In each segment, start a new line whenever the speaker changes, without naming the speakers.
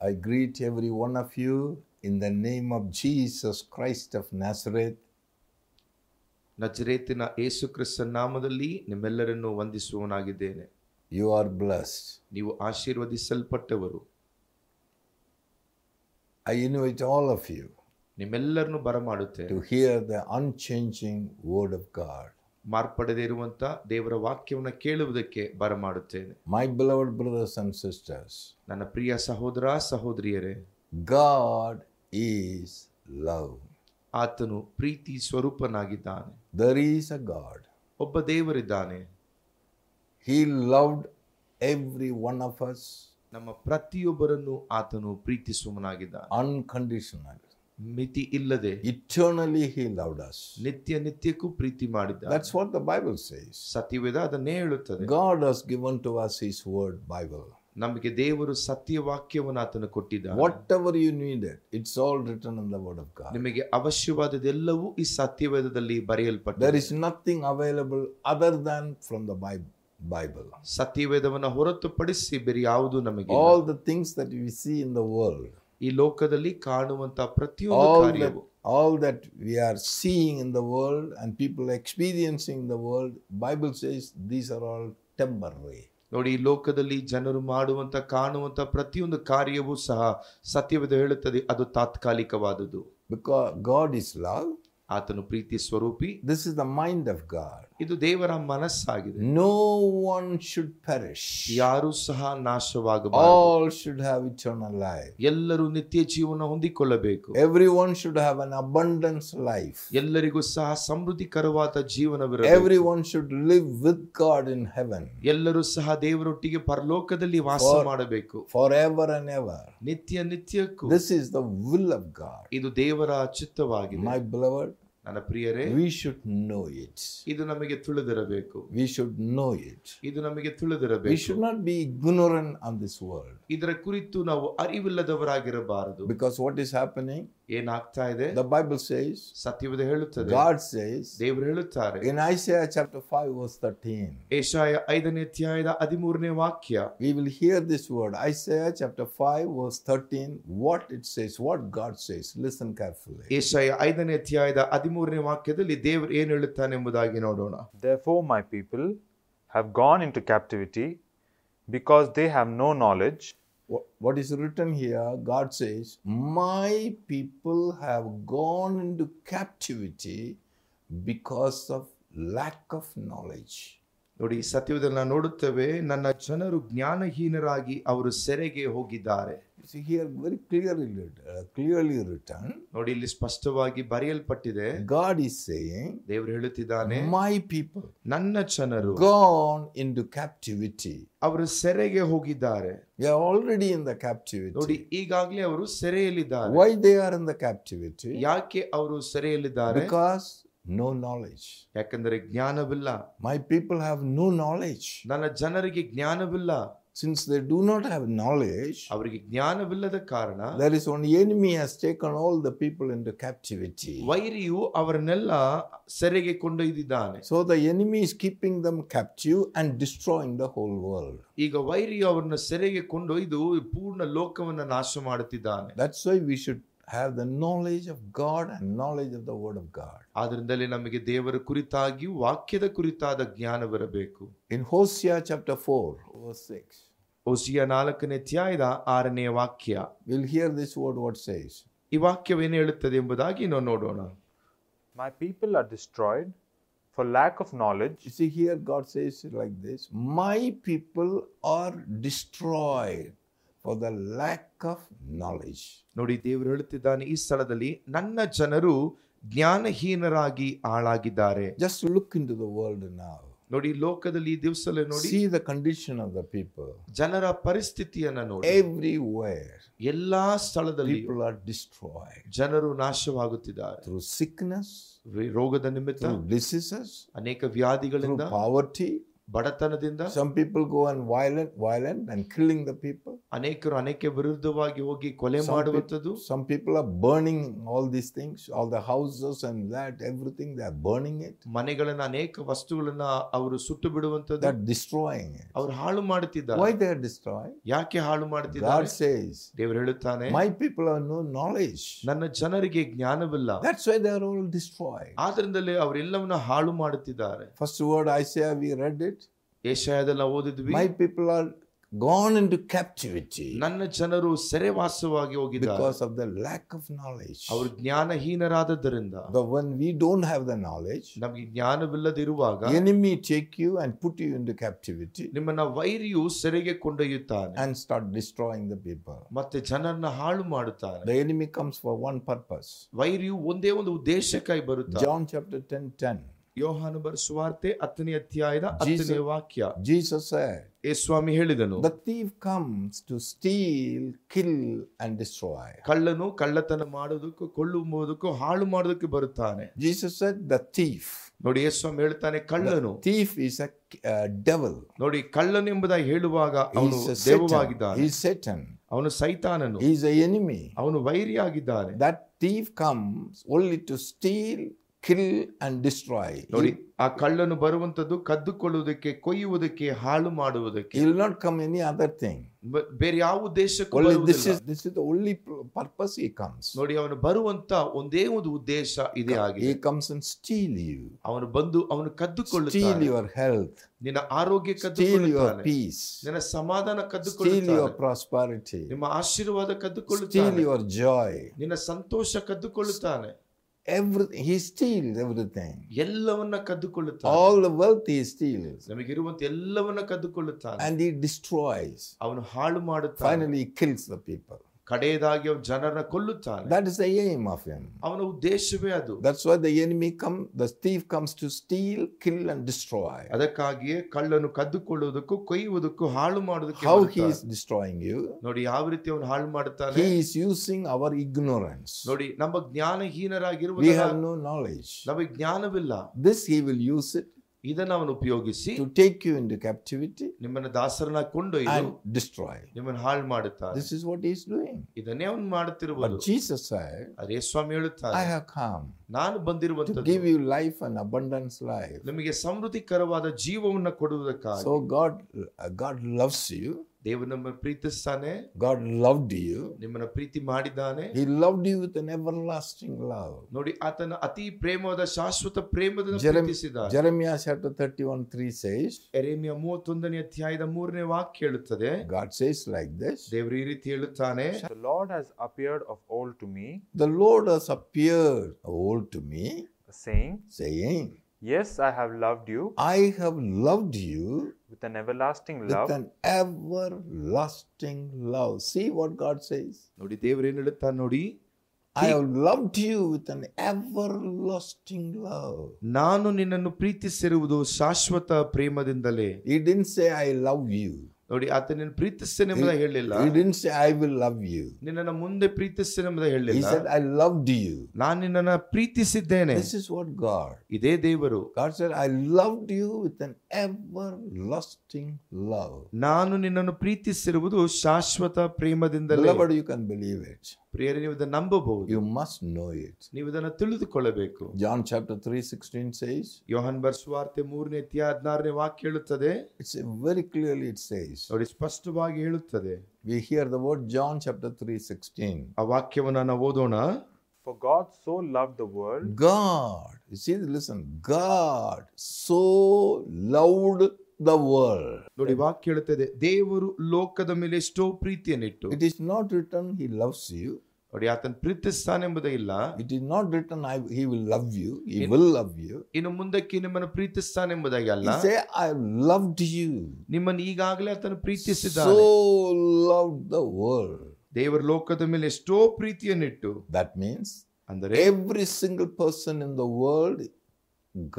I greet every one of you in the name of Jesus Christ of Nazareth.
ನಜರೇತಿನ ಏಸು ಕ್ರಿಸ್ತನ ನಾಮದಲ್ಲಿ ನಿಮ್ಮೆಲ್ಲರನ್ನು ವಂದಿಸುವನಾಗಿದ್ದೇನೆ
You are blessed.
ನೀವು ಆಶೀರ್ವದಿಸಲ್ಪಟ್ಟವರು
I invite all of you
ನಿಮ್ಮೆಲ್ಲರನ್ನು ಬರಮಾಡುತ್ತೆ
to hear the unchanging Word of God.
ಮಾರ್ಪಡದೇ ಇರುವಂತ ದೇವರ ವಾಕ್ಯವನ್ನು ಕೇಳುವುದಕ್ಕೆ ಬರಮಾಡುತ್ತೇನೆ
My beloved brothers and sisters,
ನನ್ನ ಪ್ರಿಯ ಸಹೋದರ ಸಹೋದರಿಯರೇ
God is love.
ಆತನು ಪ್ರೀತಿ ಸ್ವರೂಪನಾಗಿದ್ದಾನೆ
There is a God.
ಒಬ್ಬ ದೇವರಿದ್ದಾನೆ
He loved every one of us
ನಮ್ಮ ಪ್ರತಿಯೊಬ್ಬರನ್ನು ಆತನು ಪ್ರೀತಿಸುವನಾಗಿದ್ದಾನೆ
unconditionally.
ಮಿತಿ ಇಲ್ಲದೆ
Eternally, He loved us.
ನಿತ್ಯ ನಿತ್ಯಕ್ಕೂ ಪ್ರೀತಿ ಮಾಡಿದ್ದಾನೆ
That's what the Bible says.
ಸತ್ಯವೇದ ಅದನ್ನೇ ಹೇಳುತ್ತದೆ
God has given to us His Word, Bible.
ನಮಗೆ ದೇವರು ಸತ್ಯ ವಾಕ್ಯವನ್ನು ಆತನು ಕೊಟ್ಟಿದ್ದಾನೆ
Whatever you needed, it's all written in the Word of God.
ನಿಮಗೆ ಅವಶ್ಯವಾದದೆಲ್ಲವೂ ಈ ಸತ್ಯವೇದದಲ್ಲಿ
There
ಬರೆಯಲ್ಪಟ್ಟಿದೆ
is nothing available other than from the Bi- Bible.
ಸತ್ಯವೇದವನ್ನು ಹೊರತುಪಡಿಸಿ ಬೇರೆ ಯಾವುದು ನಮಗೆ
All the things that we see in the world,
ಈ ಲೋಕದಲ್ಲಿ ಕಾಣುವಂತಹ ಪ್ರತಿಯೊಂದು
all that,
ಕಾರ್ಯವು
all that we are seeing in the world and people experiencing in the world, Bible says these are all temporary.
ನೋಡಿ ಈ ಲೋಕದಲ್ಲಿ ಜನರು ಮಾಡುವಂತ ಕಾಣುವಂತ ಪ್ರತಿಯೊಂದು ಕಾರ್ಯವೂ ಸಹ ಸತ್ಯವೇದ ಹೇಳುತ್ತದೆ ಅದು ತಾತ್ಕಾಲಿಕವಾದುದು
Because God is love.
ಆತನು ಪ್ರೀತಿ ಸ್ವರೂಪಿ
This is the mind of God.
ಇದು ದೇವರ ಮನಸ್ಸಾಗಿದೆ
No one should perish.
ಯಾರೂ ಸಹ ನಾಶವಾಗಬಾರದು
All should have eternal life.
ಎಲ್ಲರೂ ನಿತ್ಯ ಜೀವನ ಹೊಂದಿಕೊಳ್ಳಬೇಕು
Everyone should have an abundance life.
ಎಲ್ಲರಿಗೂ ಸಹ ಸಮೃದ್ಧಿಕರವಾದ ಜೀವನವಿರಬೇಕು
Everyone should live with God in heaven
ಎಲ್ಲರೂ ಸಹ ದೇವರೊಟ್ಟಿಗೆ ಪರಲೋಕದಲ್ಲಿ ವಾಸ ಮಾಡಬೇಕು
forever and ever.
ನಿತ್ಯ ನಿತ್ಯಕ್ಕೂ
This is the will of God.
ಇದು ದೇವರ ಚಿತ್ತವಾಗಿದೆ
My beloved,
ನನ್ನ ಪ್ರಿಯರೇ
we should know it.
ಇದು ನಮಗೆ ತಿಳಿದಿರಬೇಕು
We should know it.
ಇದು ನಮಗೆ
We
ತಿಳಿದಿರಬೇಕು
should not be ignorant on this world
ಇದರ ಕುರಿತು ನಾವು ಅರಿವಿಲ್ಲದವರಾಗಿರಬಾರದು
because what is happening,
ಏನಾಗ್ತಾ ಇದೆ
the Bible says,
ಸತ್ಯವಿದ ಹೇಳುತ್ತದೆ
God says
ದೇವರು ಹೇಳುತ್ತಾರೆ
in Isaiah chapter 5, verse 13.
Yeshaya ಐದನೇ ಅಧ್ಯಾಯದ ಹದಿಮೂರನೇ ವಾಕ್ಯ
we will hear this word isaiah chapter 5 verse 13 what it says what god says listen carefully
Yeshaya ಐದನೇ ಅಧ್ಯಾಯದ ಹದಿಮೂರನೇ ವಾಕ್ಯದಲ್ಲಿ ದೇವರು ಏನು ಹೇಳುತ್ತಾನೆ ಎಂಬುದಾಗಿ ನೋಡೋಣ
Therefore, my people have gone into captivity because they have no knowledge.
Wha- what is written here god says my people have gone into captivity because of lack of knowledge
ನೋಡಿ ಸತ್ಯದಲ್ಲಿ ನಾವು ನೋಡುತ್ತೇವೆ ನನ್ನ ಜನರು ಜ್ಞಾನಹೀನರಾಗಿ ಅವರು ಸೆರೆಗೆ ಹೋಗಿದ್ದಾರೆ
you see here very clearly writ- uh, clearly written
ನೋಡಿ ಇಲ್ಲಿ ಸ್ಪಷ್ಟವಾಗಿ ಬರೆಯಲ್ಪಟ್ಟಿದೆ
god is saying
ದೇವರು ಹೇಳುತ್ತಿದ್ದಾನೆ
my people
ನನ್ನ ಜನರು
gone into captivity
ಅವರು ಸೆರೆಗೆ ಹೋಗಿದ್ದಾರೆ
they are already in the captivity
ನೋಡಿ ಈಗಾಗಲೇ ಅವರು ಸೆರೆಯಲ್ಲಿದ್ದಾರೆ
why they are in the captivity
ಯಾಕೆ ಅವರು ಸೆರೆಯಲ್ಲಿದ್ದಾರೆ
Because no knowledge.
ಯಾಕಂದರೆ ಜ್ಞಾನವಿಲ್ಲ
My people have no knowledge.
ನನ್ನ ಜನರಿಗೆ ಜ್ಞಾನವಿಲ್ಲ
Since they do not have knowledge,
ಅವರಿಗೆ ಜ್ಞಾನವಿಲ್ಲದ ಕಾರಣ
there is one enemy has taken all the people into captivity.
ವೈರಿಯು ಅವರನ್ನೆಲ್ಲ ಸೆರೆಗೆ ಕೊಂಡೊಯ್ದಿದ್ದಾನೆ
So the enemy is keeping them captive and destroying the whole world.
ಈಗ ವೈರಿಯು ಅವರನ್ನ ಸೆರೆಗೆ ಕೊಂಡೊಯ್ದು ಈ ಪೂರ್ಣ ಲೋಕವನ್ನ ನಾಶ ಮಾಡುತ್ತಿದ್ದಾನೆ
That's why we should have the knowledge of God and knowledge of the Word of God.
ಆದ್ದರಿಂದಲೇ ನಮಗೆ ದೇವರ ಕುರಿತಾಗಿ ವಾಕ್ಯದ ಕುರಿತಾದ ಜ್ಞಾನವಿರಬೇಕು
In Hosea chapter 4, verse 6,
ಒಸಿಯ ನಾಲ್ಕನೇ ಅಧ್ಯಾಯದ ಆರನೇ ವಾಕ್ಯ
we'll hear this word what says.
ಈ ವಾಕ್ಯವೇನು ಹೇಳುತ್ತದೆ ಎಂಬುದಾಗಿ ನಾವು ನೋಡೋಣ
My people are destroyed for lack of knowledge.
You see, here God says it like this My people are destroyed for the lack of knowledge.
ನೋಡಿ ದೇವರು ಹೇಳುತ್ತಿದ್ದಾನೆ ಈ ಸ್ಥಳದಲ್ಲಿ ನನ್ನ ಜನರು ಜ್ಞಾನಹೀನರಾಗಿ ಹಾಳಾಗಿದ್ದಾರೆ
Just look into the world now.
ನೋಡಿ ಲೋಕದಲ್ಲಿ ಈ ದಿವಸದಲ್ಲಿ ನೋಡಿ
See the condition of the people.
ಜನರ ಪರಿಸ್ಥಿತಿಯನ್ನ ನೋಡಿ
Everywhere,
ಎಲ್ಲಾ ಸ್ಥಳದಲ್ಲಿ
people are destroyed
ಜನರು ನಾಶವಾಗುತ್ತಿದ್ದಾರೆ
through sickness,
ರೋಗದ ನಿಮಿತ್ತ
through diseases,
ಅನೇಕ
through
ವ್ಯಾಧಿಗಳಿಂದ
poverty,
ಬಡತನದಿಂದ
Some people go and violent, violent and killing the people.
ಅನೇಕರು ಅನೇಕ ವಿರುದ್ಧವಾಗಿ ಹೋಗಿ ಕೊಲೆ
Some
ಮಾಡುವಂಥದ್ದು
Some people are burning all these things, all the houses and that, everything, they are burning it.
ಮನೆಗಳನ್ನ ಅನೇಕ ವಸ್ತುಗಳನ್ನ ಅವರು ಸುಟ್ಟು ಬಿಡುವಂತದ್ದು
They're destroying it.
ಅವ್ರು ಹಾಳು
Why
ಮಾಡುತ್ತಿದ್ದಾರೆ
they are destroying?
ಯಾಕೆ ಹಾಳು
God
ಮಾಡುತ್ತಿದ್ದಾರೆ
says,
ದೇವರು ಹೇಳುತ್ತಾನೆ
My people have no knowledge.
ನನ್ನ ಜನರಿಗೆ ಜ್ಞಾನವಿಲ್ಲ
That's why they are all destroyed.
ಆದ್ರಿಂದಲೇ ಅವರೆಲ್ಲವನ್ನ ಹಾಳು ಮಾಡುತ್ತಿದ್ದಾರೆ
First word Isaiah, we read it.
ಏಷಾಯದಲ್ಲಿ ಓದಿದ್ವಿ
My people are gone into captivity
ನನ್ನ ಜನರು ಸೆರೆವಾಸವಾಗಿ ಹೋಗಿದ್ದಾರೆ
because of the lack of knowledge.
ಅವರು ಜ್ಞಾನಹೀನರಾದದ್ದರಿಂದ
But when we don't have the knowledge,
ನಮಗೆ ಜ್ಞಾನವಿಲ್ಲದಿರುವಾಗ
enemy take you and put you into captivity
ನಿಮ್ಮನ್ನ ವೈರಿಯು ಸೆರೆಗೆ ಕೊಂಡೊಯ್ಯುತ್ತಾನೆ
and start destroying the people.
ಮತ್ತೆ ಜನರನ್ನ ಹಾಳು ಮಾಡುತ್ತಾನೆ
The enemy comes for one purpose.
ವೈರಿಯು ಒಂದೇ ಒಂದು ಉದ್ದೇಶಕ್ಕಾಗಿ ಬರುತ್ತಾನೆ
John chapter 10 10.
ಯೋಹಾನ ಬರ ಸುವಾರ್ತೆ ಹತ್ತನೇ ಅಧ್ಯಾಯದ ಹತ್ತನೇ
Jesus-
ವಾಕ್ಯ
Jesus said,
ಯೇಸ್ವಾಮಿ ಹೇಳಿದನು
The thief comes to steal, kill, and destroy.
ಕಳ್ಳನು ಕಳ್ಳತನ ಮಾಡೋದಕ್ಕೂ ಕೊಳ್ಳುವುದಕ್ಕೂ ಹಾಳು ಮಾಡೋದಕ್ಕೆ ಬರುತ್ತಾನೆ
Jesus said, The thief.
ನೋಡಿ ಯೇಸ್ವಾಮಿ ಹೇಳ್ತಾನೆ ಕಳ್ಳನು
Thief is a uh, devil.
ನೋಡಿ ಕಳ್ಳನೆಂಬುದಾಗಿ ಹೇಳುವಾಗ ಅವನು
He's a Satan.
ದೇವವಾಗಿದ್ದಾನೆ
He's Satan.
ಅವನು ಸೈತಾನನು
He's the enemy.
ಅವನು ವೈರಿಯಾಗಿದ್ದಾನೆ
That thief comes only to steal, kill, and destroy.
ನೋಡಿ
He,
ಆ ಕಳ್ಳನು ಬರುವಂತದ್ದು ಕದ್ದುಕೊಳ್ಳುವುದಕ್ಕೆ ಕೊಯ್ಯುವುದಕ್ಕೆ ಹಾಳು ಮಾಡುವುದಕ್ಕೆ
he will not come any other thing.
ಬ- ಬೇರೆ ಯಾವ ಉದ್ದೇಶಕ್ಕೂ
Only this
ಬರುವುದಿಲ್ಲ.
is this is the only pl- purpose he comes.
ನೋಡಿ ಅವನು ಬರುವಂತ ಒಂದೇ ಒಂದು ಉದ್ದೇಶ ಇದೇ ಆಗಿದೆ
He comes and steal you,
ಅವನು ಬಂದು ಅವನು
steal
ಕದ್ದುಕೊಳ್ಳುತ್ತಾನೆ
your health,
ನಿನ್ನ ಆರೋಗ್ಯ
steal your
ಕದ್ದುಕೊಳ್ಳುತ್ತಾನೆ
peace,
ನಿನ್ನ ಸಮಾಧಾನ
steal your
ಕದ್ದುಕೊಳ್ಳುತ್ತಾನೆ
prosperity,
ನಿಮ್ಮ ಆಶೀರ್ವಾದ
steal
ಕದ್ದುಕೊಳ್ಳುತ್ತಾನೆ
your joy.
ನಿನ್ನ ಸಂತೋಷ ಕದ್ದುಕೊಳ್ಳುತ್ತಾನೆ
Everything he steals everything.
ಎಲ್ಲವನ್ನ ಕದ್ದುಕೊಳ್ಳುತ್ತಾನೆ
All the wealth he steals,
ನಮಗಿರುವಂತ ಎಲ್ಲವನ್ನ ಕದ್ದುಕೊಳ್ಳುತ್ತಾನೆ
and he destroys.
ಅವನು ಹಾಳು ಮಾಡುತ್ತಾನೆ
Finally, he kills the people.
ಕಡೆಯದಾಗಿ ಅವನು ಜನರನ್ನ ಕೊಲ್ಲುತ್ತಾನೆ
That is the aim of him.
ಅವನ ಉದ್ದೇಶವೇ ಅದು
That's why the enemy come, the thief comes to steal, kill, and destroy.
ಅದಕ್ಕಾಗಿಯೇ ಕಳ್ಳನು ಕದ್ದುಕೊಳ್ಳುವುದಕ್ಕೂ ಕೊಯ್ಯುವುದಕ್ಕೂ ಹಾಳು ಮಾಡುವುದಕ್ಕೆ
How he
ಬರ್ತಾನೆ.
is destroying you?
ನೋಡಿ ಯಾವ ರೀತಿ ಅವನು ಹಾಳು ಮಾಡುತ್ತಾನೆ
He is using our ignorance.
ನೋಡಿ ನಮ್ಮ ಜ್ಞಾನಹೀನರಾಗಿರುವ
We have no knowledge.
ನಮಗೆ ಜ್ಞಾನವಿಲ್ಲ
This he will use it
ಇದನ್ನ ಅವನು ಉಪಯೋಗಿಸಿ
to take you into captivity
ನಿಮ್ಮನ್ನ ದಾಸರನ್ನ ಕೊಂಡೊಯ್ದು
and destroy.
ನಿಮ್ಮನ್ನ ಹಾಳು ಮಾಡುತ್ತಾನೆ
This is what he is doing.
ಇದನ್ನೇ ಅವನು ಮಾಡುತ್ತಿರುವುದು
But Jesus said,
ಅದೇ ಸ್ವಾಮಿ
I
ಹೇಳುತ್ತಾನೆ
have come
ನಾನು
to
ಬಂದಿರುವಂತದ್ದು
give you life and abundance life.
ನಿಮಗೆ ಸಮೃದ್ಧಿಕರವಾದ ಜೀವವನ್ನ ಕೊಡುವುದಕ್ಕಾಗಿ
So God, God loves you.
ದೇವರು ನಮ್ಮನ್ನು ಪ್ರೀತಿಸ್ತಾನೆ
God loved you.
ನಿಮ್ಮನ್ನ ಪ್ರೀತಿ ಮಾಡಿದ್ದಾನೆ
He loved you with an everlasting love.
ನೋಡಿ ಆತನ ಅತಿ ಪ್ರೇಮವಾದ ಶಾಶ್ವತ ಪ್ರೇಮದ
Jerem-
ಪ್ರೀತಿಸಿದ್ದಾನೆ
Jeremiah chapter 31 3 says,
ಎರೆಮಿಯ ಮೂವತ್ತೊಂದನೇ ಅಧ್ಯಾಯದ ಮೂರನೇ ವಾಕ್ಯ ಹೇಳುತ್ತದೆ
God says like this
ದೇವರು ಈ ರೀತಿ ಹೇಳುತ್ತಾನೆ
The Lord has appeared of old to me,
The Lord has appeared of old to me,
saying,
saying,
Yes, I have loved you
I have loved you
with an everlasting
with
love.
an everlasting love. See what God says?
ನೋಡಿ ದೇವರು ಏನ್ ಹೇಳುತ್ತಾನೆ ನೋಡಿ
I have loved you with an everlasting love.
ನಾನು ನಿನ್ನನ್ನು ಪ್ರೀತಿಸಿರುವುದು ಶಾಶ್ವತ ಪ್ರೇಮದಿಂದಲೇ
He didn't say, I love you.
ನೋಡಿ ಆತ ನಿನ್ನ ಪ್ರೀತಿಸ್ತೇನೆ ಎಂಬುದಾಗಿ ಹೇಳಿಲ್ಲ
He didn't say, I will love you.
ನಿನ್ನನ್ನು ಮುಂದೆ ಪ್ರೀತಿಸ್ತೇನೆ ಎಂಬುದಾಗಿ
He
ಹೇಳಿಲ್ಲ
said, I loved you.
ನಾನು ನಿನ್ನನ್ನ ಪ್ರೀತಿಸಿದ್ದೇನೆ
This is what God.
ಇದೇ ದೇವರು
God said, I loved you with an everlasting love.
ನಾನು ನಿನ್ನನ್ನು ಪ್ರೀತಿಸಿರುವುದು ಶಾಶ್ವತ ಪ್ರೇಮದಿಂದಲೇ
Beloved, you can believe it.
ಪ್ರಿಯರೇ ನೀವು ಇದನ್ನು ನಂಬಬಹುದು
You must know it.
ನೀವು ಇದನ್ನು ತಿಳಿದುಕೊಳ್ಳಬೇಕು
John chapter 3 16 says,
ಯೋಹನ್ ಬರ್ಸ್ವಾರ್ತೆ ಮೂರನೇ ಅಧ್ಯಾಯ ಹದಿನಾರನೇ ವಾಕ್ಯ ಹೇಳುತ್ತದೆ
it's very clearly it says,
ನೋಡಿ ಸ್ಪಷ್ಟವಾಗಿ ಹೇಳುತ್ತದೆ
we hear the word John chapter 3 16.
ಆ ವಾಕ್ಯವನ್ನ ನಾವು ಓದೋಣ
For God so loved the world
God, you see, listen, God so loved the world.
ನೋಡಿ ವಾಕ್ಯ ಹೇಳುತ್ತದೆ ದೇವರು ಲೋಕದ ಮೇಲೆ ಎಷ್ಟೋ ಪ್ರೀತಿಯನ್ನಿಟ್ಟು
It is not written he loves you.
ನೋಡಿ ಆತನ ಪ್ರೀತಿಸ್ತಾನೆ ಎಂಬುದೇ ಇಲ್ಲ
It is not written I, he will love you. He will love you.
ಇನ್ನು ಮುಂದಕ್ಕೆ ನಿಮ್ಮನ್ನು ಪ್ರೀತಿಸ್ತಾನೆ ಎಂಬುದಾಗಿ
He
ಅಲ್ಲ
say, I loved you.
ನಿಮ್ಮನ್ನು ಈಗಾಗಲೇ ಆತನು ಪ್ರೀತಿಸಿದ್ದಾನೆ
So loved the world.
ದೇವರ ಲೋಕದ ಮೇಲೆ ಎಷ್ಟೋ ಪ್ರೀತಿಯನ್ನಿಟ್ಟು
That means
ಅಂದರೆ
every single person in the world,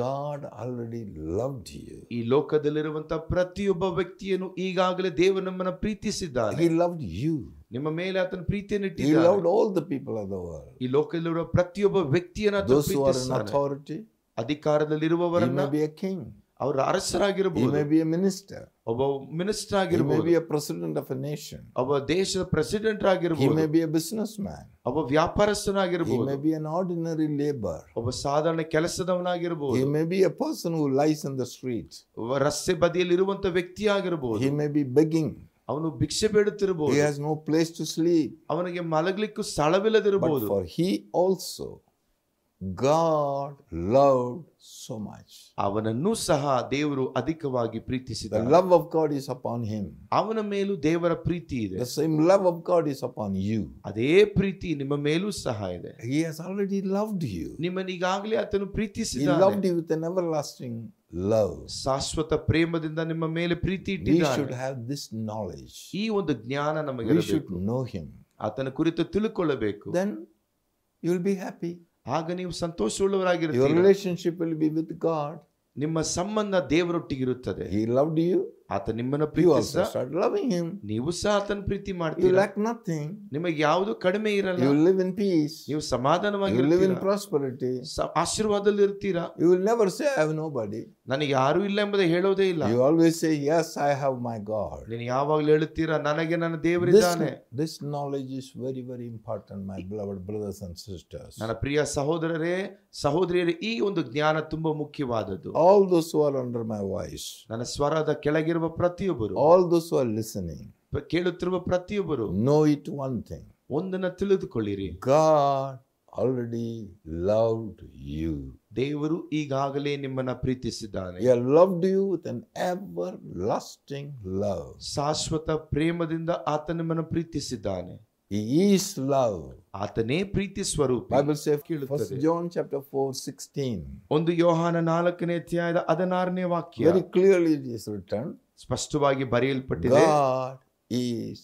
God already loved you.
ಈ ಲೋಕದಲ್ಲಿರುವಂತ ಪ್ರತಿಯೊಬ್ಬ ವ್ಯಕ್ತಿಯನ್ನು ಈಗಾಗಲೇ ದೇವರು ನಮ್ಮನ್ನ ಪ್ರೀತಿಸಿದ್ದಾನೆ
He loved you.
ನಿಮ್ಮ ಮೇಲೆ ಆತನ
He
ಪ್ರೀತಿಯನ್ನಿಟ್ಟಿದ್ದಾನೆ
loved all the people of the world.
ಈ ಲೋಕದಲ್ಲಿರುವ ಪ್ರತಿಯೊಬ್ಬ ವ್ಯಕ್ತಿಯನ್ನು ಆತನು
Those who are in
ಪ್ರೀತಿಸ್ತಾನೆ.
authority, he
ಅಧಿಕಾರದಲ್ಲಿರುವವರನ್ನ
may be a king.
ಅವರು
He
ಅರಸರಾಗಿರಬಹುದು
may be a minister.
ಒಬ್ಬ ಮಿನಿಸ್ಟರ್
He may
ಆಗಿರಬಹುದು
be a president of a nation.
ಒಬ್ಬ ದೇಶದ ಪ್ರೆಸಿಡೆಂಟ್
He may
ಆಗಿರಬಹುದು
be a businessman.
ಒಬ್ಬ
He
ವ್ಯಾಪಾರಸ್ಥನಾಗಿರಬಹುದು
may be an ordinary laborer.
ಒಬ್ಬ ಸಾಧಾರಣ
He
ಕೆಲಸದವನಾಗಿರಬಹುದು
may be a person who lies in the street.
ಒಬ್ಬ ರಸ್ತೆ ಬದಿಯಲ್ಲಿ ಇರುವಂತ ವ್ಯಕ್ತಿ ಆಗಿರಬಹುದು
He may be begging.
ಅವನು ಭಿಕ್ಷೆ
He
ಬೇಡುತ್ತಿರಬಹುದು
has no place to sleep.
ಅವನಿಗೆ ಮಲಗಲಿಕ್ಕೂ
But
ಸ್ಥಳವಿಲ್ಲದಿರಬಹುದು
for he also, God loved so much.
ಅವನನ್ನೂ ಸಹ ದೇವರು ಅಧಿಕವಾಗಿ
The
ಪ್ರೀತಿಸಿದ
love of God is upon him.
ಅವನ ಮೇಲೂ ದೇವರ ಪ್ರೀತಿ ಇದೆ
The same love of God is upon you.
ಅದೇ ಪ್ರೀತಿ ನಿಮ್ಮ ಮೇಲೂ ಸಹ ಇದೆ
He has already loved you.
ನಿಮ್ಮನ್ನ ಈಗಾಗಲೇ ಆತನು
He
ಪ್ರೀತಿಸಿದ
loved you with an everlasting love.
ಶಾಶ್ವತ ಪ್ರೇಮದಿಂದ ನಿಮ್ಮ ಮೇಲೆ ಪ್ರೀತಿ
We should
ಇಟ್ಟಿದ್ದಾನೆ
have this knowledge.
ಈ ಒಂದು ಜ್ಞಾನ ನಮಗೆ
We
ಇರಬೇಕು.
should know Him.
ಆತನ ಕುರಿತು ತಿಳ್ಕೊಳ್ಳಬೇಕು
Then you'll be happy.
ಆಗ ನೀವು
Your
ಸಂತೋಷವುಳ್ಳವರಾಗಿರ್ತೀರಿ
relationship will be with God.
ನಿಮ್ಮ ಸಂಬಂಧ ದೇವರೊಟ್ಟಿಗಿರುತ್ತದೆ
He loved you.
ಆತ ನಿಮ್ಮನ್ನ
You
ಪ್ರೀತಿಸಿದ
also start loving Him.
ನೀವು ಸಹ ಆತನ ಪ್ರೀತಿ
You
ಮಾಡ್ತೀರಾ
lack nothing.
ನಿಮಗೆ ಯಾವುದು ಕಡಿಮೆ ಇರಲ್ಲ
You live in peace.
ನೀವು
You live in
ಸಮಾಧಾನವಾಗಿರ್ತೀರಾ
prosperity.
ಸ- ಆಶೀರ್ವಾದದಲ್ಲಿ ಇರ್ತೀರಾ
You will never say, I have nobody.
ನನಗೆ ಯಾರು ಇಲ್ಲ ಎಂಬುದೇ ಹೇಳೋದೇ ಇಲ್ಲ
You always say, Yes, I have my God.
ನೀನು ಯಾವಾಗ್ಲೂ ಹೇಳುತ್ತೀರಾ ನನಗೆ ನನ್ನ
This,
ದೇವರಿದ್ದಾನೆ
this knowledge is very, very important, my beloved brothers and sisters.
ನನ್ನ ಪ್ರಿಯ ಸಹೋದರರೇ ಸಹೋದರಿಯರೇ ಈ ಒಂದು ಜ್ಞಾನ ತುಂಬಾ ಮುಖ್ಯವಾದದ್ದು
All those who are under my voice,
ನನ್ನ ಸ್ವರದ ಕೆಳಗಿರುವ ಪ್ರತಿಯೊಬ್ಬರು
all those who are listening,
ಪ- ಕೇಳುತ್ತಿರುವ ಪ್ರತಿಯೊಬ್ಬರು
know it one thing
ಒಂದನ್ನ ತಿಳಿದುಕೊಳ್ಳಿರಿ
God already loved you.
ದೇವರು ಈಗಾಗಲೇ ನಿಮ್ಮನ್ನ ಪ್ರೀತಿಸಿದ್ದಾನೆ
He has loved you with an everlasting love.
ಶಾಶ್ವತ ಪ್ರೇಮದಿಂದ ಆತ ನಿಮ್ಮನ್ನ ಪ್ರೀತಿಸಿದ್ದಾನೆ
He is love.
ಆತನೇ ಪ್ರೀತಿ ಸ್ವರೂಪ
Bible says,
ಕೇಳುತ್ತದೆ.
First John chapter 4, 16.
ಒಂದು ಯೋಹಾನ ನಾಲ್ಕನೇ ಅಧ್ಯಾಯದ ಹದಿನಾರನೇ ವಾಕ್ಯ
Very clearly it is written,
ಸ್ಪಷ್ಟವಾಗಿ ಬರೆಯಲ್ಪಟ್ಟಿದೆ
God is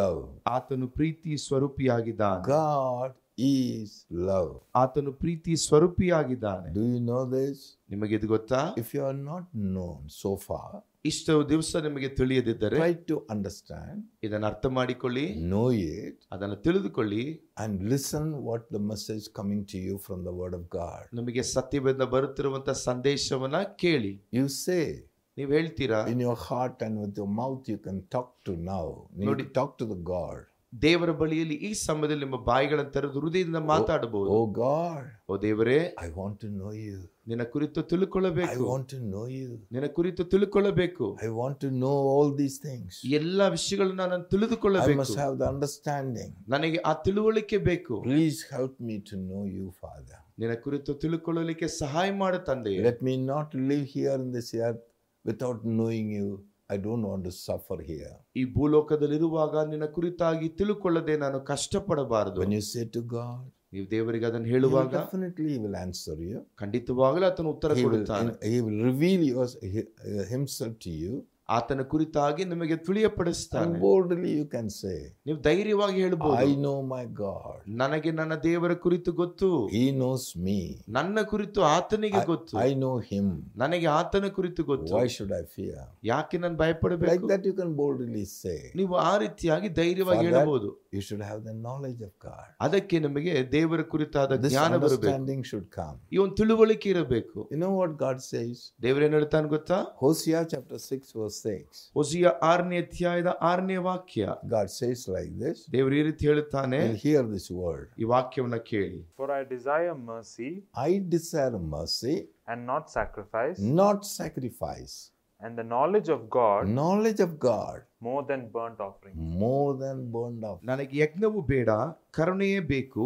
love.
ಆತನು ಪ್ರೀತಿ ಸ್ವರೂಪಿಯಾಗಿದ್ದಾನೆ
God is love.
ಆತನು ಪ್ರೀತಿ ಸ್ವರೂಪಿಯಾಗಿದ್ದಾನೆ
Do you know this?
ನಿಮಗೆ ಇದು ಗೊತ್ತಾ
If you are not known so far,
ಇಷ್ಟು ದಿವಸ ನಿಮಗೆ ತಿಳಿಯದಿದ್ದರೆ
try to understand,
ಇದನ್ನು ಅರ್ಥ ಮಾಡಿಕೊಳ್ಳಿ
know it,
ಅದನ್ನು ತಿಳಿದುಕೊಳ್ಳಿ
and listen what the message coming to you from the Word of God.
ನಮಗೆ ಸತ್ಯವೇದ ಬರುತ್ತಿರುವಂತ ಸಂದೇಶವನ್ನ ಕೇಳಿ
You say
ನೀವು ಹೇಳ್ತೀರಾ
in your heart and with your mouth, you can talk to now. You need to talk to the God.
ದೇವರ ಬಳಿಯಲ್ಲಿ ಈ ಸಮಯದಲ್ಲಿ ನಿಮ್ಮ ಬಾಯಿಗಳನ್ನು ತೆರೆದು ಹೃದಯದಿಂದ ಮಾತಾಡಬಹುದು
Oh God,
ಓ ದೇವರೇ
I want to know you.
ನಿನ್ನ ಕುರಿತು
I
ತಿಳ್ಕೊಳ್ಳಬೇಕು
want to know you.
ನಿನ್ನ ಕುರಿತು ತಿಳ್ಕೊಳ್ಳಬೇಕು
I want to know all these things.
ಎಲ್ಲಾ ವಿಷಯಗಳನ್ನ ನಾನು
I
ತಿಳಿದುಕೊಳ್ಳಬೇಕು
must have the understanding.
ನನಗೆ ಆ ತಿಳುವಳಿಕೆ ಬೇಕು
Please help me to know you, Father.
ನಿನ್ನ ಕುರಿತು ತಿಳ್ಕೊಳ್ಳಲಿಕ್ಕೆ ಸಹಾಯ ಮಾಡು ತಂದೆಯೇ
Let me not live here in this earth without knowing you. I don't want to suffer here.
ಈ ಭೂಲೋಕದಲ್ಲಿರುವಾಗ ನಿನ್ನ ಕುರಿತಾಗಿ ತಿಳ್ಕೊಳ್ಳದೆ ನಾನು ಕಷ್ಟಪಡಬಾರದು
When you say to God,
ನೀವು ದೇವರಿಗೆ ಅದನ್ನು
He will
ಹೇಳುವಾಗ
definitely He will answer you.
ಖಂಡಿತವಾಗಲೂ ಆತನು ಉತ್ತರ
He will,
ಕೊಡುತ್ತಾನೆ
he will reveal yours, he- uh, Himself to you.
ಆತನ ಕುರಿತಾಗಿ ನಿಮಗೆ ತಿಳಿಯಪಡಿಸ್ತಾನೆ
And boldly you can say,
ನೀವು ಧೈರ್ಯವಾಗಿ
I
ಹೇಳ್ಬೋದು
know my God.
ನನಗೆ ನನ್ನ ದೇವರ ಕುರಿತು ಗೊತ್ತು
He knows me.
ನನ್ನ ಕುರಿತು ಆತನಿಗೆ ಗೊತ್ತು
I know Him.
ನನಗೆ ಆತನ ಕುರಿತು ಗೊತ್ತು
Why should I fear?
ಯಾಕೆ ನಾನು
Like
ಭಯಪಡಬೇಕು
that, you can boldly say,
ನೀವು ಆ ರೀತಿಯಾಗಿ ಧೈರ್ಯವಾಗಿ
For that-
ಹೇಳಬಹುದು
You should have the knowledge of God.
ಅದಕ್ಕೆ ನಮಗೆ ದೇವರ ಕುರಿತಾದ
This
ಜ್ಞಾನ ಬರಬೇಕು
understanding should come.
ಈ ಒಂದು ತಿಳುವಳಿಕೆ ಇರಬೇಕು
You know what God says?
ದೇವರೇನ್ ಹೇಳ್ತಾನೆ ಗೊತ್ತಾ
Hosea chapter 6, verse 6.
ಹೊಸಿಯ ಆರನೇ ಅಧ್ಯಾಯದ ಆರನೇ ವಾಕ್ಯ
God says like this.
ದೇವರು ಈ ರೀತಿ ಹೇಳುತ್ತಾನೆ
You'll hear this word.
ಈ ವಾಕ್ಯವನ್ನ ಕೇಳಿ
For I desire mercy
I desire mercy,
and not sacrifice,
not sacrifice.
and the knowledge of God
Knowledge of God
more than burnt offering.
more than burned up.
ನನಗೆ ಯಜ್ಞವು ಬೇಡ ಕರುಣೆಯೇ ಬೇಕು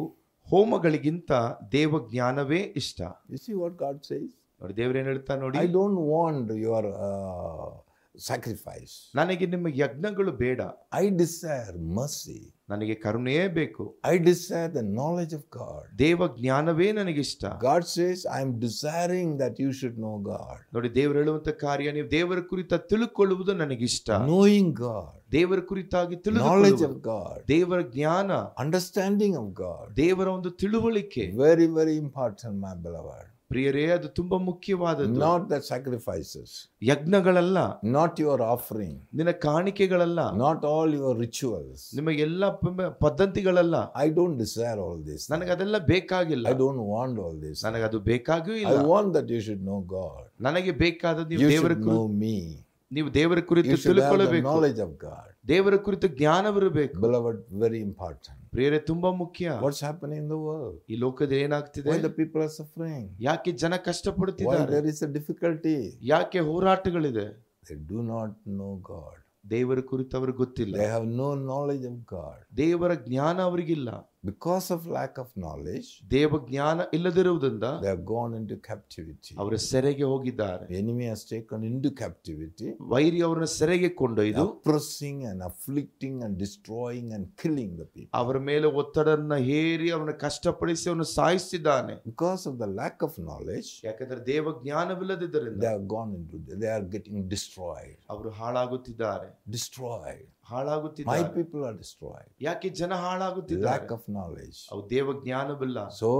ಹೋಮಗಳಿಗಿಂತ ದೇವ ಜ್ಞಾನವೇ ಇಷ್ಟ
You see what God says?
ನೋಡಿ ದೇವ್ರೇನ್ ಹೇಳ್ತಾ ನೋಡಿ
I don't want your uh, sacrifice.
ನನಗೆ ನಿಮ್ಮ ಯಜ್ಞಗಳು ಬೇಡ
I desire mercy.
ನನಗೆ ಕರುಣೆಯೇ ಬೇಕು
I desire the knowledge of God.
ದೇವ ಜ್ಞಾನವೇ ನನಗಿಷ್ಟ
God says, I am desiring that you should know God.
ನೋಡಿ ದೇವ್ರು ಹೇಳುವಂತ ಕಾರ್ಯ ನೀವು ದೇವರ ಕುರಿತ ತಿಳ್ಕೊಳ್ಳುವುದು ನನಗಿಷ್ಟ
Knowing God,
ದೇವರ ಕುರಿತಾಗಿ
knowledge
ತಿಳಿದು
of God,
ದೇವರ ಜ್ಞಾನ
understanding of God.
ದೇವರ ಒಂದು ತಿಳುವಳಿಕೆ
Very, very important, my beloved.
ಪ್ರಿಯರೇ ಅದು ತುಂಬಾ ಮುಖ್ಯವಾದದ್ದು
Not the sacrifices,
ಯಜ್ಞಗಳಲ್ಲ
not your offering,
ನಿನ್ನ ಕಾಣಿಕೆಗಳಲ್ಲ
not all your rituals.
ನಿಮ್ಮ ಎಲ್ಲ ಪ- ಪದ್ಧತಿಗಳಲ್ಲ
I don't desire all this.
ನನಗೆ ಅದೆಲ್ಲ ಬೇಕಾಗಿಲ್ಲ
I don't want all this.
ನನಗೆ ಅದು ಬೇಕಾಗೂ
I
ಇಲ್ಲ
want that you should know God.
ನನಗೆ ಬೇಕಾದದ್ದು ನೀವು
You
ದೇವರ
should
ಕುರಿತು
know me.
ನೀವು ದೇವರ ಕುರಿತು
You should have the
ತಿಳ್ಕೊಳ್ಳಬೇಕು
knowledge of God.
ದೇವರ ಕುರಿತು ಜ್ಞಾನವಿರಬೇಕು
Beloved, very important.
ಪ್ರೇರೆ ತುಂಬಾ ಮುಖ್ಯ
What's happening in the world?
ಈ ಲೋಕದ ಏನಾಗ್ತಿದೆ
Why the people are suffering?
ಯಾಕೆ ಜನ
Why
ಕಷ್ಟಪಡ್ತಿದ್ದಾರೆ
there is a difficulty?
ಯಾಕೆ ಹೋರಾಟಗಳಿದೆ
They do not know God.
ದೇವರ ಕುರಿತು ಅವ್ರಿಗೆ ಗೊತ್ತಿಲ್ಲ
They have no knowledge of God.
ದೇವರ ಜ್ಞಾನ ಅವರಿಗಿಲ್ಲ
Because of lack of knowledge,
ದೇವ ಜ್ಞಾನ ಇಲ್ಲದಿರುವುದರಿಂದ
they have gone into captivity.
ಅವರ ಸೆರೆಗೆ ಹೋಗಿದ್ದಾರೆ
The enemy has taken into captivity,
ವೈರಿ ಅವರನ್ನ ಸೆರೆಗೆ ಕೊಂಡೊಯ್ದು
oppressing and afflicting and destroying and killing the people.
ಅವರ ಮೇಲೆ ಒತ್ತಡನ್ನ ಹೇರಿ ಅವನ ಕಷ್ಟಪಡಿಸಿ ಅವನು ಸಾಯಿಸಿದ್ದಾನೆ
Because of the lack of knowledge,
ಯಾಕಂದ್ರೆ ದೇವ ಜ್ಞಾನವಿಲ್ಲದಿದ್ದರಿಂದ
they have gone into, they are getting destroyed.
ಅವರು ಹಾಳಾಗುತ್ತಿದ್ದಾರೆ
Destroyed. My
ಹಾಳಾಗುತ್ತಿದ್ದಾರೆ
people are destroyed.
ಯಾಕೆ ಜನ ಹಾಳಾಗುತ್ತಿದ್ದಾರೆ
Lack of knowledge.
ಅವು ದೇವ ಜ್ಞಾನವಿಲ್ಲ
So,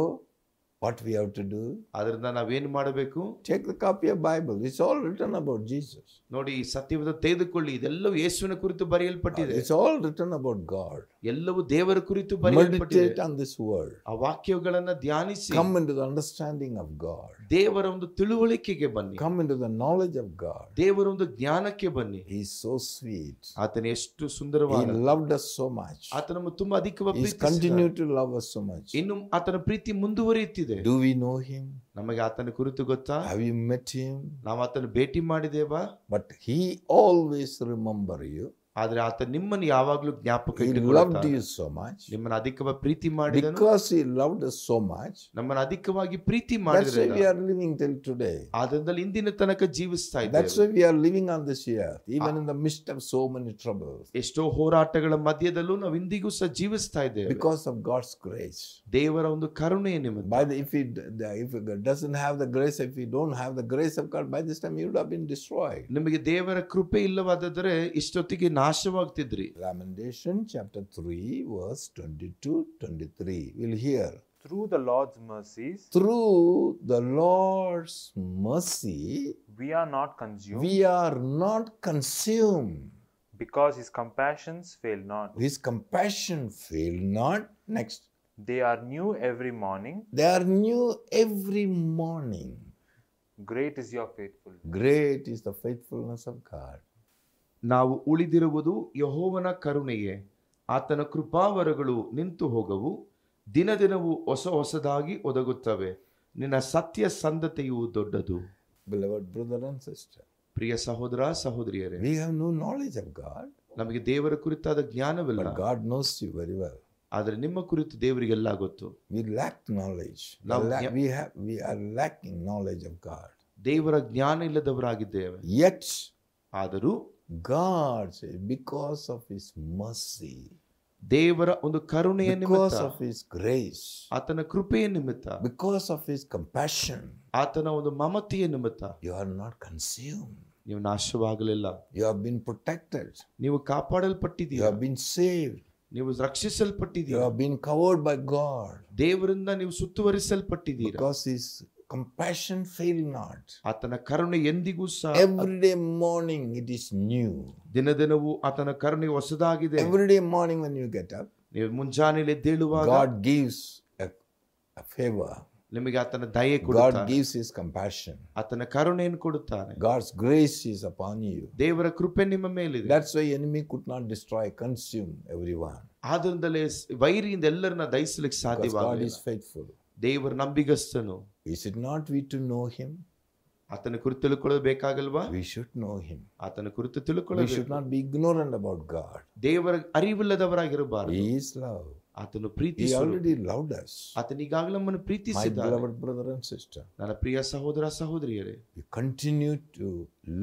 what we have to do?
ಅದರಿಂದ ನಾವೇನ್ ಮಾಡಬೇಕು
Take the copy of Bible. It's all written about Jesus.
ನೋಡಿ ಈ ಸತ್ಯವನ್ನು ತೆಗೆದುಕೊಳ್ಳಿ ಇದೆಲ್ಲವೂ ಯೇಸುವಿನ ಕುರಿತು ಬರೆಯಲ್ಪಟ್ಟಿದೆ
It's all written about God.
ಎಲ್ಲವೂ ದೇವರ ಕುರಿತು ಬರೆಯಲ್ಪಟ್ಟಿದೆ
Meditate on this word.
ಆ ವಾಕ್ಯಗಳನ್ನ ಧ್ಯಾನಿಸಿ
Come into the understanding of God.
ದೇವರ ಒಂದು ತಿಳುವಳಿಕೆಗೆ ಬನ್ನಿ
Come into the knowledge of God.
ದೇವರ ಒಂದು ಜ್ಞಾನಕ್ಕೆ ಬನ್ನಿ
He's so sweet.
ಆತನ ಎಷ್ಟು
He
ಸುಂದರವಾದ
loved us so much.
ಆತನ ತುಂಬಾ ಅಧಿಕವಾಗಿ
He's continued to love us so much.
ಇನ್ನು ಆತನ ಪ್ರೀತಿ ಮುಂದುವರಿಯುತ್ತಿದೆ
Do we know him?
ನಮಗೆ ಆತನ ಕುರಿತು ಗೊತ್ತಾ
Have you met him?
ನಾವು ಆತನ ಭೇಟಿ ಮಾಡಿದೇವಾ
But he always remember you.
ಆದ್ರೆ ಆತ ನಿಮ್ಮನ್ನು ಯಾವಾಗ್ಲೂ ಜ್ಞಾಪಕ
He loved
ಇಟ್ಟುಕೊಳ್ಳುತ್ತಾನೆ.
you so much.
ನಿಮ್ಮನ್ನ ಅಧಿಕವಾಗಿ ಪ್ರೀತಿ ಮಾಡಿದನು
Because he loved us so much.
ನಮ್ಮನ್ನ ಅಧಿಕವಾಗಿ ಪ್ರೀತಿ
That's why we
ಮಾಡಿದ್ರೆ
are living till today.
ಆದ್ರಿಂದಲೇ ಇಂದಿನ ತನಕ ಜೀವಿಸ್ತಾ
That's why
ಇದ್ದೇವೆ
we are living on this earth, even in the midst of so many troubles.
ಎಷ್ಟೋ ಹೋರಾಟಗಳ ಮಧ್ಯದಲ್ಲೂ ನಾವು ಇಂದಿಗೂ ಸಹ ಜೀವಿಸ್ತಾ ಇದ್ದೇವೆ
Because of God's grace.
ದೇವರ ಒಂದು ಕರುಣೆ ನಿಮಗೆ
By the if he d- the- if he doesn't have the grace, if he don't have the grace of God, by this time you would have been destroyed.
ನಿಮಗೆ ದೇವರ ಕೃಪೆ ಇಲ್ಲವಾದರೆ ಇಷ್ಟೊತ್ತಿಗೆ ನಾಶವಾಗ್ತಿದ್ರಿ
Lamentation chapter 3, verse 22 23. We'll hear.
Through the Lord's mercies,
Through the Lord's mercy,
we are not consumed
we are not consumed.
because his compassions fail not.
His compassion fail not. Next.
They are new every morning.
They are new every morning.
Great is your faithfulness.
Great is the faithfulness of God.
ನಾವು ಉಳಿದಿರುವುದು ಯಹೋವನ ಕರುಣೆಯೇ ಆತನ ಕೃಪಾವರಗಳು ನಿಂತು ಹೋಗವು ದಿನ ದಿನವೂ ಹೊಸ ಹೊಸದಾಗಿ ಒದಗುತ್ತವೆ ನಿನ್ನ ಸತ್ಯ ಸಂಧತೆಯು ದೊಡ್ಡದು
Beloved brother and sister,
ಪ್ರಿಯ ಸಹೋದರ ಸಹೋದರಿಯರೇ
we have no knowledge of God,
ನಮಗೆ ದೇವರ ಕುರಿತಾದ ಜ್ಞಾನವಿಲ್ಲ
but God knows you very well.
ಆದರೆ ನಿಮ್ಮ ಕುರಿತು ದೇವರಿಗೆಲ್ಲ ಗೊತ್ತು
We lack knowledge. We,
Now,
lack-
yeah.
we have, we are lacking knowledge of God.
ದೇವರ ಜ್ಞಾನ ಇಲ್ಲದವರಾಗಿದ್ದೇವೆ
Yet,
ಆದರೂ
God says, because of His mercy,
ದೇವರ ಒಂದು ಕರುಣೆಯ
because
ನಿಮಿತ್ತ
of His grace,
ಆತನ ಕೃಪೆಯ ನಿಮಿತ್ತ
because of His compassion,
ಆತನ ಒಂದು ಮಮತೆಯ ನಿಮಿತ್ತ
you are not consumed.
ನೀವು ನಾಶವಾಗಲಿಲ್ಲ
You have been protected.
ನೀವು
You
ಕಾಪಾಡಲ್ಪಟ್ಟಿದ್ದೀರಾ
have been saved.
ನೀವು
You
ರಕ್ಷಿಸಲ್ಪಟ್ಟಿದ್ದೀರಾ
have been covered by God.
ದೇವರಿಂದ ನೀವು ಸುತ್ತುವರಿಸಲ್ಪಟ್ಟಿದ್ದೀರಾ
Because his compassion fail not.
ಆತನ ಕರುಣೆ ಎಂದಿಗೂ ಸಹ
Every day morning it is new.
ದಿನ ದಿನವೂ ಆತನ ಕರುಣೆ ಹೊಸದಾಗಿದೆ
Every day morning when you get up,
ನೀವು ಮುಂಜಾನೆಯಲ್ಲಿ ಎದ್ದೇಳುವಾಗ
God gives a, a favor.
ನಿಮಗೆ ಆತನ ದಯೆ
God
ಕೊಡುತ್ತಾನೆ
gives his compassion.
ಆತನ ಕರುಣೆಯನ್ನು ಕೊಡುತ್ತಾನೆ
God's grace is upon you.
ದೇವರ ಕೃಪೆ ನಿಮ್ಮ ಮೇಲಿದೆ
That's why enemy could not destroy, consume everyone.
ಆದ್ರಿಂದಲೇ ಸ್- ವೈರಿಯಿಂದ ಎಲ್ಲರನ್ನ ದಯಿಸಲಿಕ್ಕೆ
Because God is
ಸಾಧ್ಯವಾಗಲಿಲ್ಲ
faithful.
ದೇವರ ನಂಬಿಗಸ್ತನು
Is it not we to know him?
ಆತನ ಕುರಿತು ತಿಳ್ಕೊಳ್ಳೋದು ಬೇಕಾಗಲ್ವಾ
We should know him.
ಆತನ ಕುರಿತು
We
ತಿಳ್ಕೊಳ್ಳೋದು
should not be ignorant about God.
ದೇವರ ಅರಿವಿಲ್ಲದವರಾಗಿರಬಾರದು
He is love.
ಆತನು
He
ಪ್ರೀತಿಸಲು
already loved us.
ಆತನ ಈಗಾಗಲೇ ನಮ್ಮನ್ನು
My
ಪ್ರೀತಿಸಿದ್ದಾನೆ
beloved brother and sister.
ನನ್ನ ಪ್ರಿಯ ಸಹೋದರ ಸಹೋದರಿಯರೇ
you continue to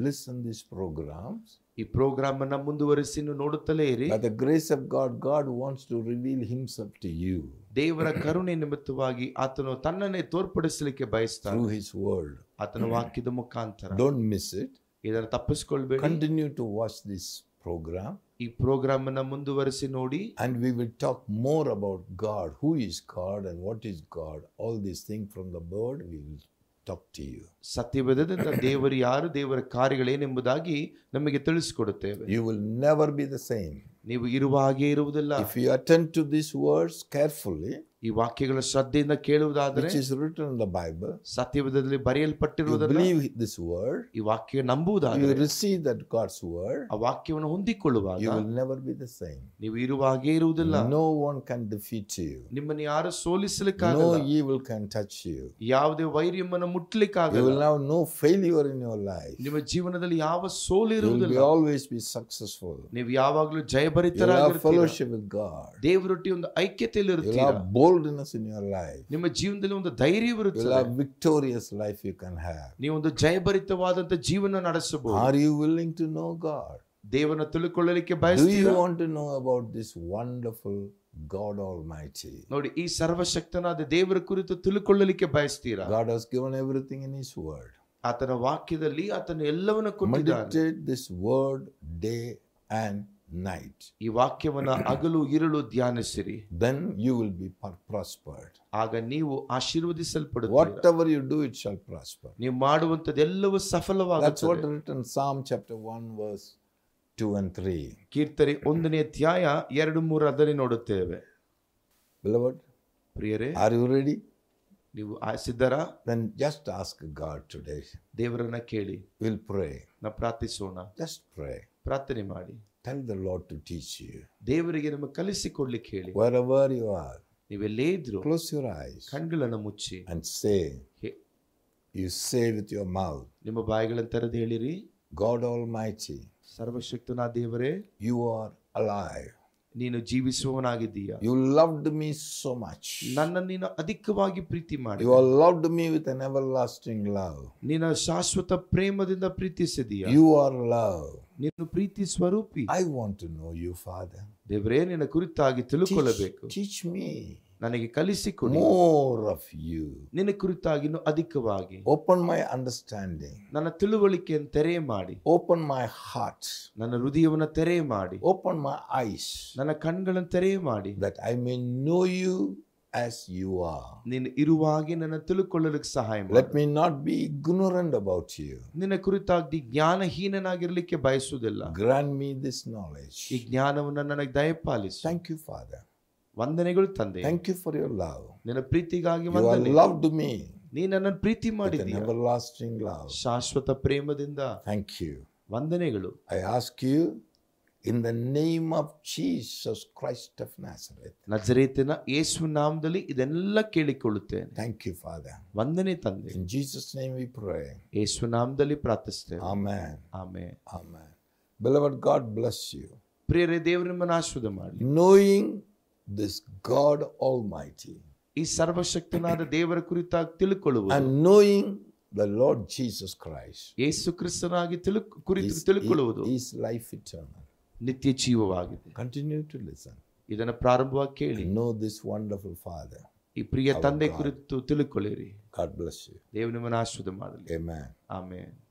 listen these programs
ಈ ಪ್ರೋಗ್ರಾಮ್ ಅನ್ನ ಮುಂದುವರಿಸಿ ನೀವು ನೋಡುತ್ತಲೇ ಇರಿ
by the grace of god god wants to reveal himself to you
ದೇವರ ಕರುಣೆ ನಿಮಿತ್ತವಾಗಿ ಆತನು ತನ್ನನ್ನೇ ತೋರ್ಪಡಿಸಲಿಕ್ಕೆ ಬಯಸ್ತಾನೆ
through his word
ಆತನ ವಾಕ್ಯದ ಮುಖಾಂತರ
don't miss it
ಇದನ್ನು ತಪ್ಪಿಸ್ಕೊಳ್ಬೇಡಿ
continue to watch this program
ಈ ಪ್ರೋಗ್ರಾಮ್ ಅನ್ನ ಮುಂದುವರಿಸಿ ನೋಡಿ
and we will talk more about god who is god and what is god all these things from the word we will talk to you
ಸತ್ಯವೇದದಿಂದ ದೇವರು ಯಾರು ದೇವರ ಕಾರ್ಯಗಳೇನೆಂಬುದಾಗಿ ನಮಗೆ ತಿಳಿಸಿಕೊಡುತ್ತೇವೆ
you will never be the same
ನೀವು ಇರುವ ಹಾಗೆ ಇರುವುದಿಲ್ಲ
If you attend to these words carefully,
ಈ ವಾಕ್ಯಗಳ ಶ್ರದ್ಧೆಯಿಂದ ಕೇಳುವುದಾದರೆ
which is written in the Bible,
ಸತ್ಯವಿಧದಲ್ಲಿ
you
ಬರೆಯಲ್ಪಟ್ಟಿರುವುದನ್ನು
believe this word,
ಈ ವಾಕ್ಯ
you
ನಂಬುವುದಾದರೆ
receive that God's word,
ಆ ವಾಕ್ಯವನ್ನು
you
ಹೊಂದಿಕೊಳ್ಳುವಾಗ
will never be the same.
ನೀವು ಇರುವ ಹಾಗೆ ಇರುವುದಿಲ್ಲ
No one can defeat you.
ನಿಮ್ಮನ್ನು ಯಾರು
No
ಸೋಲಿಸಲಿಕ್ಕಾಗಲ್ಲ
evil can touch you.
ಯಾವುದೇ ವೈರ್ಯವನ್ನು
You will
ಮುಟ್ಲಿಕ್ಕಾಗಲ್ಲ
have no failure in your life.
ನಿಮ್ಮ ಜೀವನದಲ್ಲಿ ಯಾವ ಸೋಲು
You will be
ಇರುವುದಿಲ್ಲ
always be successful.
ನೀವು ಯಾವಾಗಲೂ
You will have
ಜಯಭರಿತರಾಗಿರ್ತೀರ
fellowship with God.
ದೇವರೊಟ್ಟಿ ಒಂದು ಐಕ್ಯತೆಯಲ್ಲಿ
You
ಇರ್ತೀರ
will have boldness in your life.
ನಿಮ್ಮ ಜೀವನದಲ್ಲಿ ಒಂದು
You will
ಧೈರ್ಯವಿರುತ್ತದೆ
have victorious life you can have.
ನೀವೊಂದು ಜಯಭರಿತವಾದಂತ ಜೀವನ ನಡೆಸಬಹುದು
Are you willing to know God?
ದೇವನ ತಿಳ್ಕೊಳ್ಳಲಿಕ್ಕೆ
Do
ಬಯಸ್ತೀರ
you want to know about this wonderful God Almighty?
ನೋಡಿ ಈ ಸರ್ವಶಕ್ತನಾದ ದೇವರ ಕುರಿತು ತಿಳ್ಕೊಳ್ಳಲಿಕ್ಕೆ ಬಯಸ್ತೀರಾ
God has given everything in His Word.
ಆತನ ವಾಕ್ಯದಲ್ಲಿ ಆತನ ಎಲ್ಲವನ್ನ ಕೊಟ್ಟಿದ್ದಾನೆ
Meditate this Word day and night.
ಈ ವಾಕ್ಯವನ್ನ ಹಗಲು ಇರಲು ಧ್ಯಾನಿಸಿರಿ
Then you will be per- prospered.
ಆಗ ನೀವು ಆಶೀರ್ವದಿಸಲ್ಪಡುತ್ತೀರಿ
Whatever you do, it shall prosper.
ನೀವು ಮಾಡುವಂತದೆಲ್ಲವೂ
That's what
ಸಫಲವಾಗುತ್ತದೆ
written Psalm chapter 1, verse 2 and 3.
ಕೀರ್ತನೆ ಒಂದನೇ ಧ್ಯಾಯ ಎರಡು ಮೂರು ಅದರಲ್ಲಿ ನೋಡುತ್ತೇವೆ
Beloved,
ಪ್ರಿಯರೇ
are you ready?
ನೀವು ಆ- ಸಿದ್ಧರಾ
Then just ask God today.
ದೇವರನ್ನ ಕೇಳಿ
We'll pray.
ನಾವು ಪ್ರಾರ್ಥಿಸೋಣ
Just pray.
ಪ್ರಾರ್ಥನೆ ಮಾಡಿ
Tell the Lord to teach you.
ದೇವರಿಗೆ ನಮ್ಮ ಕಲಿಸಿಕೊಡ್ಲಿಕ್ಕೆ ಹೇಳಿ
Wherever you are,
ನೀವೆಲ್ಲೇ ಇದ್ರು
close your eyes
ಕಣ್ಗಳನ್ನು ಮುಚ್ಚಿ
and say,
hey-
You say with your mouth,
ನಿಮ್ಮ ಬಾಯಿಗಳನ್ನು ತೆರೆದು ಹೇಳಿರಿ
God Almighty,
ಸರ್ವಶಕ್ತನ ದೇವರೇ
you are alive.
ನೀನು ಜೀವಿಸುವವನಾಗಿದ್ದೀಯ
You loved me so much.
ನನ್ನನ್ನು ನೀನು ಅಧಿಕವಾಗಿ ಪ್ರೀತಿ ಮಾಡಿ
You have loved me with an everlasting love.
ನಿನ್ನ ಶಾಶ್ವತ ಪ್ರೇಮದಿಂದ ಪ್ರೀತಿಸಿದೀಯ
You are love.
ನೀನು ಪ್ರೀತಿ ಸ್ವರೂಪಿ
I want to know you, Father.
ದೇವರೇ ನಿನ್ನ ಕುರಿತಾಗಿ
Teach-
ತಿಳ್ಕೊಳ್ಳಬೇಕು
teach me
ನನಗೆ ಕಲಿಸಿಕೊಡಿ
more of you.
ನಿನ್ನ ಕುರಿತಾಗಿ ಇನ್ನೂ ಅಧಿಕವಾಗಿ
Open my understanding.
ನನ್ನ ತಿಳುವಳಿಕೆಯನ್ನು ತೆರೆ ಮಾಡಿ
Open my heart.
ನನ್ನ ಹೃದಯವನ್ನು ತೆರೆ ಮಾಡಿ
Open my eyes
ನನ್ನ ಕಣ್ಗಳನ್ನು ತೆರೆ ಮಾಡಿ
that I may know you as you are.
ನೀನು ಇರುವ ಹಾಗೆ ನನ್ನ ತಿಳ್ಕೊಳ್ಳಲಿಕ್ಕೆ ಸಹಾಯ
Let
ಮಾಡಿ
me not be ignorant about you.
ನಿನ್ನ ಕುರಿತಾಗಿ ಜ್ಞಾನಹೀನನಾಗಿರ್ಲಿಕ್ಕೆ ಬಯಸುವುದಿಲ್ಲ
Grant me this
ಈ
knowledge.
ಜ್ಞಾನವನ್ನು ನನಗೆ ದಯಪಾಲಿಸು
Thank you, Father.
ವಂದನೆಗಳು ತಂದೆ
Thank you for your love.
ನಿನ್ನ ಪ್ರೀತಿಗಾಗಿ
You have
ವಂದನೆ
loved me
ನೀ ನನ್ನನ್ನು ಪ್ರೀತಿ
with an
ಮಾಡಿದೀಯ
everlasting love.
ಶಾಶ್ವತ ಪ್ರೇಮದಿಂದ
Thank you.
ವಂದನೆಗಳು
I ask you in the name of Jesus Christ of Nazareth.
ನಜರೇತಿನ ಯೇಸು ನಾಮದಲ್ಲಿ ಇದೆಲ್ಲ ಕೇಳಿಕೊಳ್ಳುತ್ತೇನೆ
Thank you, Father.
ವಂದನೆ ತಂದೆ
In Jesus' name we pray.
ಯೇಸು ನಾಮದಲ್ಲಿ ಪ್ರಾರ್ಥಿಸ್ತೇವೆ
Amen.
ಆಮೇಲೆ
Amen. Beloved, God bless you.
ಪ್ರಿಯರೇ ದೇವರು ನಿಮ್ಮನ್ನು ಆಶೀರ್ವಾದ ಮಾಡಲಿ
Knowing this God Almighty
ಈ ಸರ್ವಶಕ್ತನಾದ ದೇವರ ಕುರಿತಾಗಿ ತಿಳ್ಕೊಳ್ಳುವುದು
and knowing the Lord Jesus Christ
ಯೇಸು ಕ್ರಿಸ್ತನಾಗಿ ತಿಳ್ಕ ಕುರಿತು
is,
ತಿಳ್ಕೊಳ್ಳುವುದು
is life eternal.
ನಿತ್ಯ ಜೀವವಾಗಿದೆ
Continue to listen.
ಇದನ್ನು ಪ್ರಾರಂಭವಾಗಿ ಕೇಳಿ
Know this wonderful Father.
ಈ ಪ್ರಿಯ ತಂದೆ ಕುರಿತು ತಿಳ್ಕೊಳ್ಳಿರಿ
God bless you.
ದೇವ್ ನಿಮ್ಮನ್ನು ಆಶೀರ್ವಾದ ಮಾಡಲಿ
Amen.
ಆಮೇಲೆ